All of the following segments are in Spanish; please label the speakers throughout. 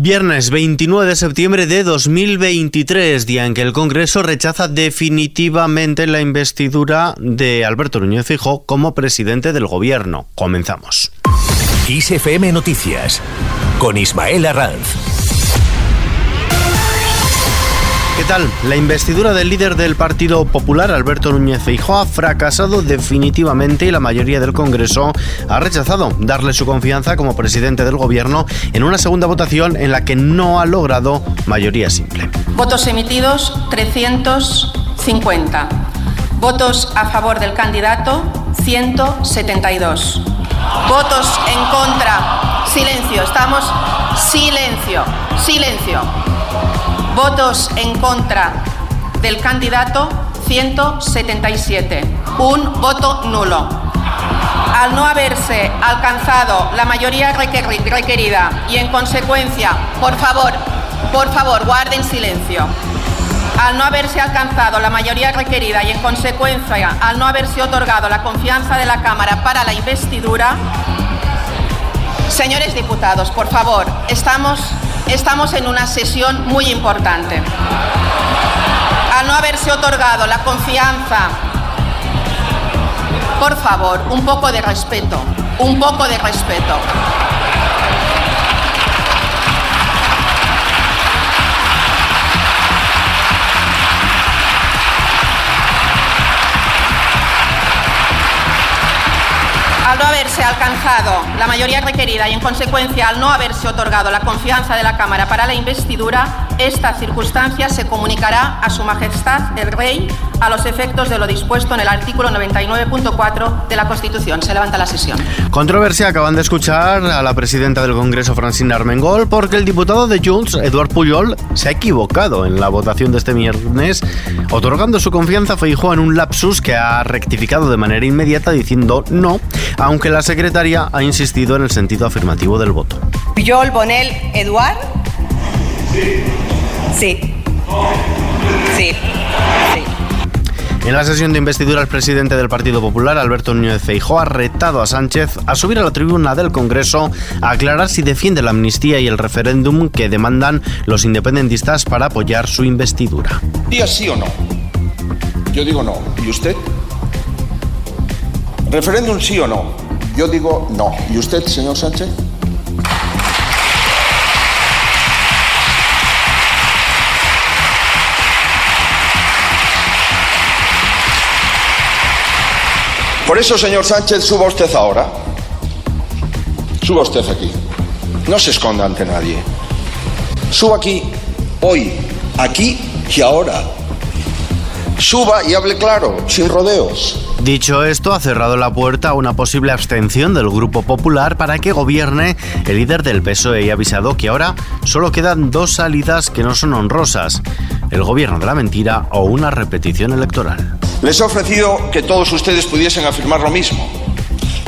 Speaker 1: Viernes 29 de septiembre de 2023, día en que el Congreso rechaza definitivamente la investidura de Alberto Núñez Fijó como presidente del Gobierno. Comenzamos.
Speaker 2: ISFM Noticias con Ismael Arranz.
Speaker 1: ¿Qué tal? La investidura del líder del Partido Popular, Alberto Núñez Feijóo, ha fracasado definitivamente y la mayoría del Congreso ha rechazado darle su confianza como presidente del Gobierno en una segunda votación en la que no ha logrado mayoría simple.
Speaker 3: Votos emitidos 350. Votos a favor del candidato 172. Votos en contra. Silencio, estamos. Silencio, silencio. Votos en contra del candidato 177. Un voto nulo. Al no haberse alcanzado la mayoría requer- requerida y en consecuencia, por favor, por favor, guarden silencio. Al no haberse alcanzado la mayoría requerida y en consecuencia, al no haberse otorgado la confianza de la Cámara para la investidura, señores diputados, por favor, estamos estamos en una sesión muy importante. Al no haberse otorgado la confianza, por favor, un poco de respeto, un poco de respeto. Al no haberse alcanzado la mayoría requerida y, en consecuencia, al no haberse otorgado la confianza de la Cámara para la investidura, esta circunstancia se comunicará a Su Majestad el Rey a los efectos de lo dispuesto en el artículo 99.4 de la Constitución. Se levanta la sesión.
Speaker 1: Controversia acaban de escuchar a la presidenta del Congreso, Francina Armengol, porque el diputado de Junts, Eduard Puyol, se ha equivocado en la votación de este viernes, otorgando su confianza a Feijóo en un lapsus que ha rectificado de manera inmediata diciendo no, aunque la secretaria ha insistido en el sentido afirmativo del voto.
Speaker 3: Puyol, Bonel, Eduard. Sí. Sí. Sí.
Speaker 1: En la sesión de investidura, el presidente del Partido Popular, Alberto Núñez Feijóo, ha retado a Sánchez a subir a la tribuna del Congreso a aclarar si defiende la amnistía y el referéndum que demandan los independentistas para apoyar su investidura.
Speaker 4: ¿Día sí o no? Yo digo no. ¿Y usted? ¿Referéndum sí o no? Yo digo no. ¿Y usted, señor Sánchez? Por eso, señor Sánchez, suba usted ahora. Suba usted aquí. No se esconda ante nadie. Suba aquí, hoy, aquí y ahora. Suba y hable claro, sin rodeos.
Speaker 1: Dicho esto, ha cerrado la puerta a una posible abstención del Grupo Popular para que gobierne el líder del PSOE E y ha avisado que ahora solo quedan dos salidas que no son honrosas, el gobierno de la mentira o una repetición electoral.
Speaker 4: Les he ofrecido que todos ustedes pudiesen afirmar lo mismo.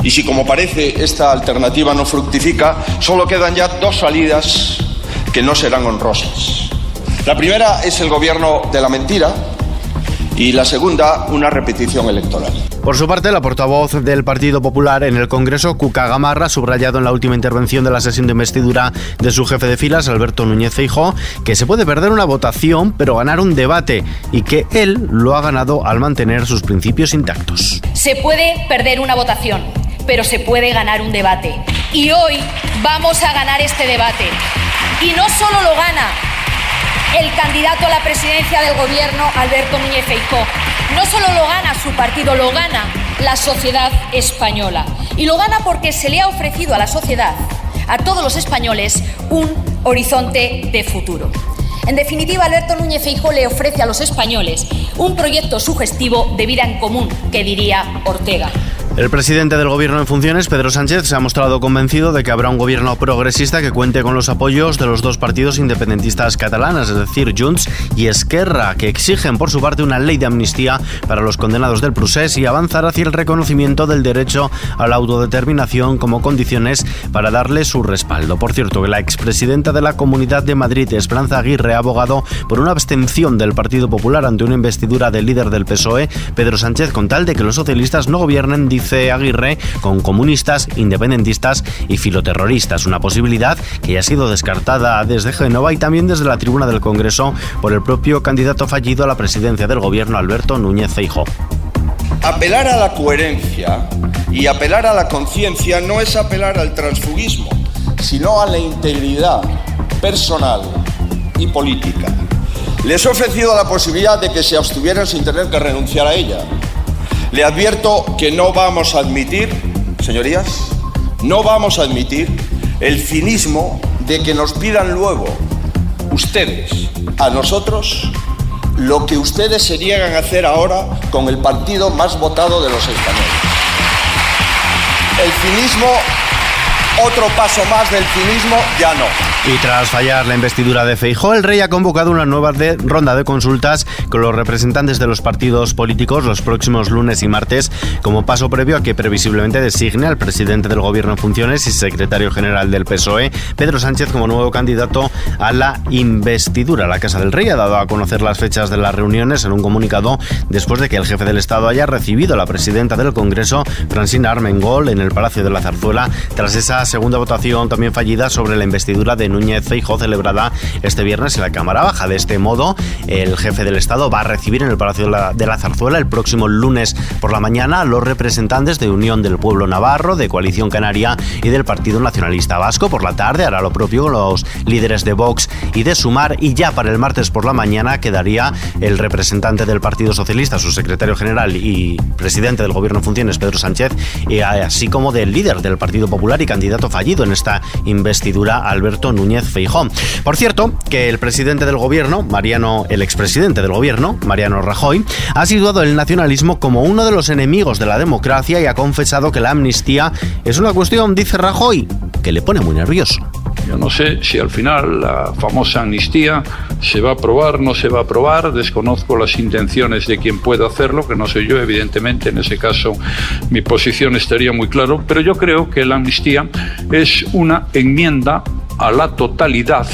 Speaker 4: Y si, como parece, esta alternativa no fructifica, solo quedan ya dos salidas que no serán honrosas. La primera es el gobierno de la mentira y la segunda una repetición electoral.
Speaker 1: Por su parte, la portavoz del Partido Popular en el Congreso, Cuca Gamarra, ha subrayado en la última intervención de la sesión de investidura de su jefe de filas, Alberto Núñez Feijó, que se puede perder una votación, pero ganar un debate, y que él lo ha ganado al mantener sus principios intactos.
Speaker 5: Se puede perder una votación, pero se puede ganar un debate. Y hoy vamos a ganar este debate. Y no solo lo gana el candidato a la presidencia del gobierno, Alberto Núñez Feijóo. No solo lo gana su partido, lo gana la sociedad española. Y lo gana porque se le ha ofrecido a la sociedad, a todos los españoles, un horizonte de futuro. En definitiva, Alberto Núñez Feijóo le ofrece a los españoles un proyecto sugestivo de vida en común, que diría Ortega.
Speaker 1: El presidente del gobierno en funciones, Pedro Sánchez, se ha mostrado convencido de que habrá un gobierno progresista que cuente con los apoyos de los dos partidos independentistas catalanas, es decir, Junts y Esquerra, que exigen por su parte una ley de amnistía para los condenados del procés y avanzar hacia el reconocimiento del derecho a la autodeterminación como condiciones para darle su respaldo. Por cierto, que la expresidenta de la Comunidad de Madrid, Esperanza Aguirre, ha abogado por una abstención del E, Partido Popular ante una investidura del líder del PSOE, Pedro Sánchez, con tal de que los socialistas no gobiernen dice Aguirre, con comunistas, independentistas y filoterroristas. Una posibilidad que ya ha sido descartada desde Genova y también desde la tribuna del Congreso por el propio candidato fallido a la presidencia del gobierno, Alberto Núñez Feijóo.
Speaker 4: Apelar a la coherencia y apelar a la conciencia no es apelar al transfugismo, sino a la integridad personal y política. Les he ofrecido la posibilidad de que se abstuvieran sin tener que renunciar a ella. Le advierto que no vamos a admitir, señorías, no vamos a admitir el cinismo de que nos pidan luego ustedes a nosotros lo que ustedes se niegan a hacer ahora con el partido más votado de los españoles. El cinismo otro paso más del cinismo, ya no.
Speaker 1: Y tras fallar la investidura de Feijó, el rey ha convocado una nueva de ronda de consultas con los representantes de los partidos políticos los próximos lunes y martes, como paso previo a que previsiblemente designe al presidente del gobierno en funciones y secretario general del PSOE, E, Pedro Sánchez, como nuevo candidato a la investidura. La Casa del Rey ha dado a conocer las fechas de las reuniones en un comunicado después de que el jefe del Estado haya recibido a la presidenta del Congreso, Francina Armengol, en el Palacio de la Zarzuela, tras esa segunda votación también fallida sobre la investidura de Núñez Feijóo celebrada este viernes en la Cámara Baja. De este modo, el jefe del Estado va a recibir en el Palacio de la, de la Zarzuela el próximo lunes por la mañana a los representantes de Unión del Pueblo Navarro, de Coalición Canaria y del Partido Nacionalista Vasco. Por la tarde hará lo propio los líderes de Vox y de Sumar y ya para el martes por la mañana quedaría el representante del Partido Socialista, su secretario general y presidente del Gobierno en funciones, Pedro Sánchez, y eh, así como del líder del Partido Popular y candidato fallido en esta investidura, Alberto Núñez Feijón. Por cierto, que el presidente del gobierno, Mariano, el expresidente del gobierno, Mariano Rajoy, ha situado el nacionalismo como uno de los enemigos de la democracia y ha confesado que la amnistía es una cuestión, dice Rajoy, que le pone muy nervioso.
Speaker 6: Yo no sé si al final la famosa amnistía se va a aprobar, no se va a aprobar, desconozco las intenciones de quien pueda hacerlo, que no soy yo, evidentemente, en ese caso mi posición estaría muy claro, pero yo creo que la amnistía es una enmienda a la totalidad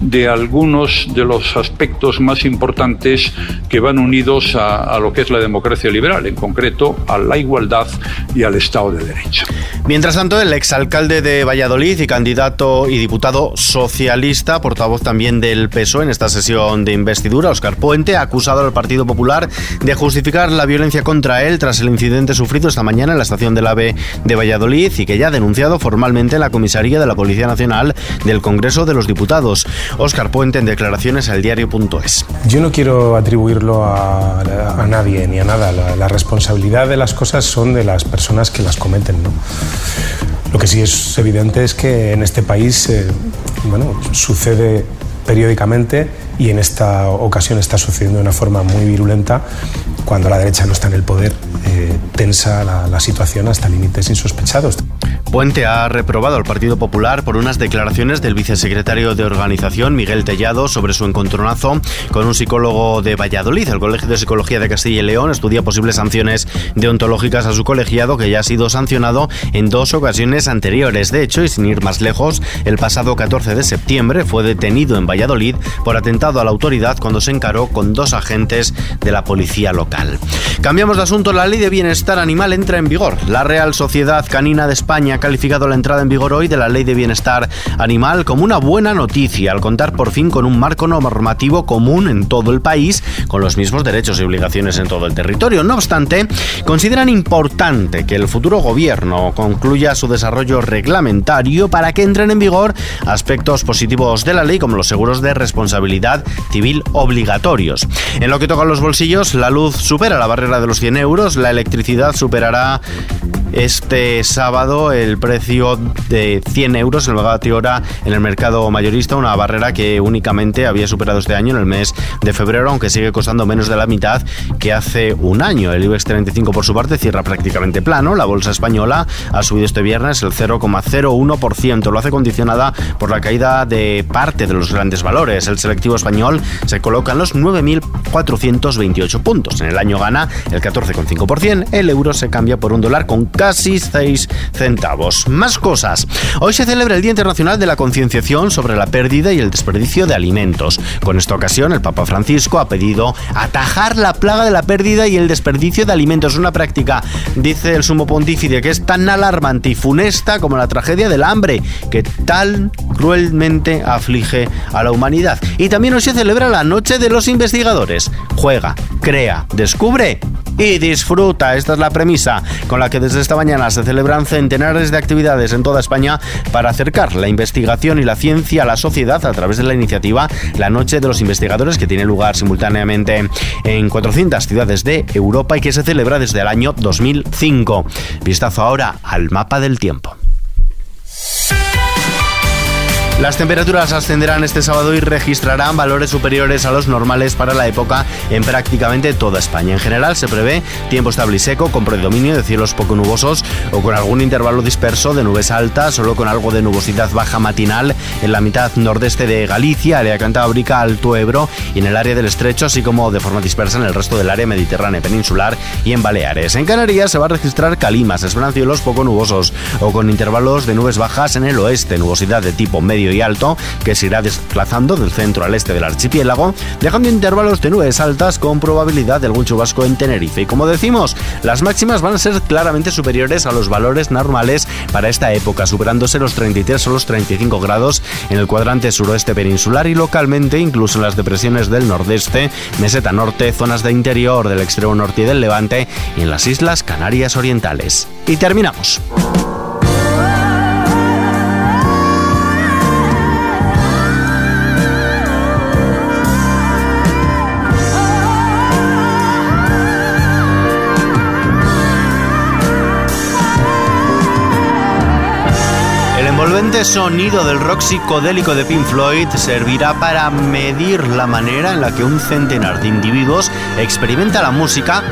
Speaker 6: de algunos de los aspectos más importantes que van unidos a, a, lo que es la democracia liberal, en concreto a la igualdad y al Estado de Derecho.
Speaker 1: Mientras tanto, el exalcalde de Valladolid y candidato y diputado socialista, portavoz también del PSOE E en esta sesión de investidura, Oscar Puente, ha acusado al Partido Popular de justificar la violencia contra él tras el incidente sufrido esta mañana en la estación del AVE de Valladolid y que ya ha denunciado formalmente en la comisaría de la Policía Nacional del Congreso de los Diputados. Oscar Puente en declaraciones al diario.es.
Speaker 7: Yo no quiero atribuirlo a, a nadie ni a nada. La, la, responsabilidad de las cosas son de las personas que las cometen. ¿no? Lo que sí es evidente es que en este país eh, bueno, sucede periódicamente y en esta ocasión está sucediendo de una forma muy virulenta cuando la derecha no está en el poder, eh, tensa la, la situación hasta límites insospechados.
Speaker 1: Puente ha reprobado al Partido Popular por unas declaraciones del vicesecretario de organización, Miguel Tellado, sobre su encontronazo con un psicólogo de Valladolid. El Colegio de Psicología de Castilla y León estudia posibles sanciones deontológicas a su colegiado, que ya ha sido sancionado en dos ocasiones anteriores. De hecho, y sin ir más lejos, el pasado 14 de septiembre fue detenido en Valladolid por atentado a la autoridad cuando se encaró con dos agentes de la policía local. Cambiamos de asunto. La ley de bienestar animal entra en vigor. La Real Sociedad Canina de España calificado la entrada en vigor hoy de la Ley de Bienestar Animal como una buena noticia al contar por fin con un marco normativo común en todo el país, con los mismos derechos y obligaciones en todo el territorio. No obstante, consideran importante que el futuro gobierno concluya su desarrollo reglamentario para que entren en vigor aspectos positivos de la ley como los seguros de responsabilidad civil obligatorios. En lo que toca a los bolsillos, la luz supera la barrera de los 100 euros, la electricidad superará este sábado el precio de 100 euros el megavatio hora en el mercado mayorista, una barrera que únicamente había superado este año en el mes de febrero, aunque sigue costando menos de la mitad que hace un año. El IBEX 35 por su parte cierra prácticamente plano. La bolsa española ha subido este viernes el 0,01%. Lo hace condicionada por la caída de parte de los grandes valores. El selectivo español se coloca en los 9.428 puntos. En el año gana el 14,5%. El euro se cambia por un dólar con casi 6 centavos. Más cosas. Hoy se celebra el Día Internacional de la Concienciación sobre la pérdida y el desperdicio de alimentos. Con esta ocasión, el Papa Francisco ha pedido atajar la plaga de la pérdida y el desperdicio de alimentos. Una práctica, dice el sumo pontífice, que es tan alarmante y funesta como la tragedia del hambre, que tan cruelmente aflige a la humanidad. Y también hoy se celebra la Noche de los Investigadores. Juega, crea, descubre y disfruta. Esta es la premisa con la que desde esta mañana se celebran centenares de actividades en toda España para acercar la investigación y la ciencia a la sociedad a través de la iniciativa La Noche de los Investigadores que tiene lugar simultáneamente en 400 ciudades de Europa y que se celebra desde el año 2005. Vistazo ahora al mapa del tiempo. Las temperaturas ascenderán este sábado y registrarán valores superiores a los normales para la época en prácticamente toda España. En general se prevé tiempo estable y seco con predominio de cielos poco nubosos o con algún intervalo disperso de nubes altas, solo con algo de nubosidad baja matinal en la mitad nordeste de Galicia, área cantábrica, Alto Ebro y en el área del Estrecho, así como de forma dispersa en el resto del área mediterránea peninsular y en Baleares. En Canarias se va a registrar calimas, esperan cielos poco nubosos o con intervalos de nubes bajas en el oeste, nubosidad de tipo medio y alto que se irá desplazando del centro al este del archipiélago, dejando intervalos de nubes altas con probabilidad de algún chubasco en Tenerife. Y como decimos, las máximas van a ser claramente superiores a los valores normales para esta época, superándose los 33 o los 35 grados en el cuadrante suroeste peninsular y localmente incluso en las depresiones del nordeste, meseta norte, zonas de interior del extremo norte y del levante y en las islas Canarias Orientales. Y terminamos. envolvente sonido del rock psicodélico de Pink Floyd servirá para medir la manera en la que un centenar de individuos experimenta la música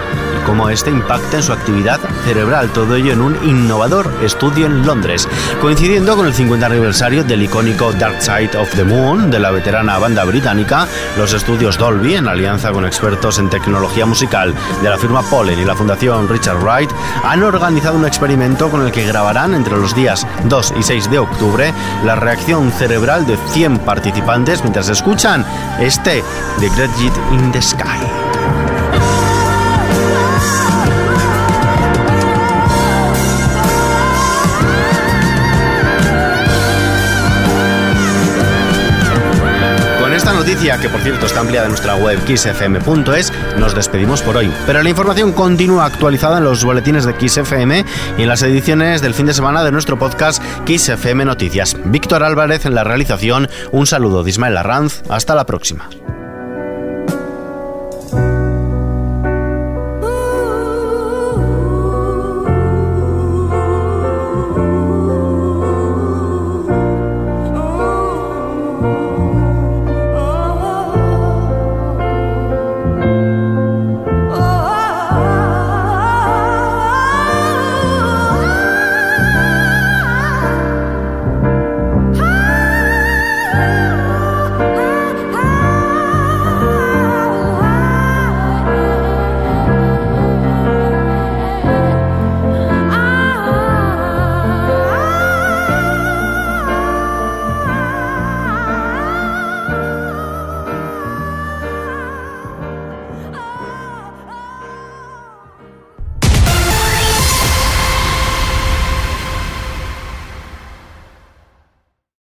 Speaker 1: y cómo éste impacta en su actividad cerebral. Todo ello en un innovador estudio en Londres, coincidiendo con el 50 aniversario del icónico Dark Side of the Moon de la veterana banda británica. Los estudios Dolby, en alianza con expertos en tecnología musical de la firma Pollen y la fundación Richard Wright, han organizado un experimento con el que grabarán entre los días 2 y 6 de octubre octubre la reacción cerebral de 100 participantes mientras escuchan este The Great Hit in the Sky. noticia, que por cierto está ampliada en nuestra web kissfm.es, nos despedimos por hoy. Pero la información continúa actualizada en los boletines de XFM y en las ediciones del fin de semana de nuestro podcast XFM Noticias. Víctor Álvarez en la realización, un saludo de Ismael Arranz, hasta la próxima.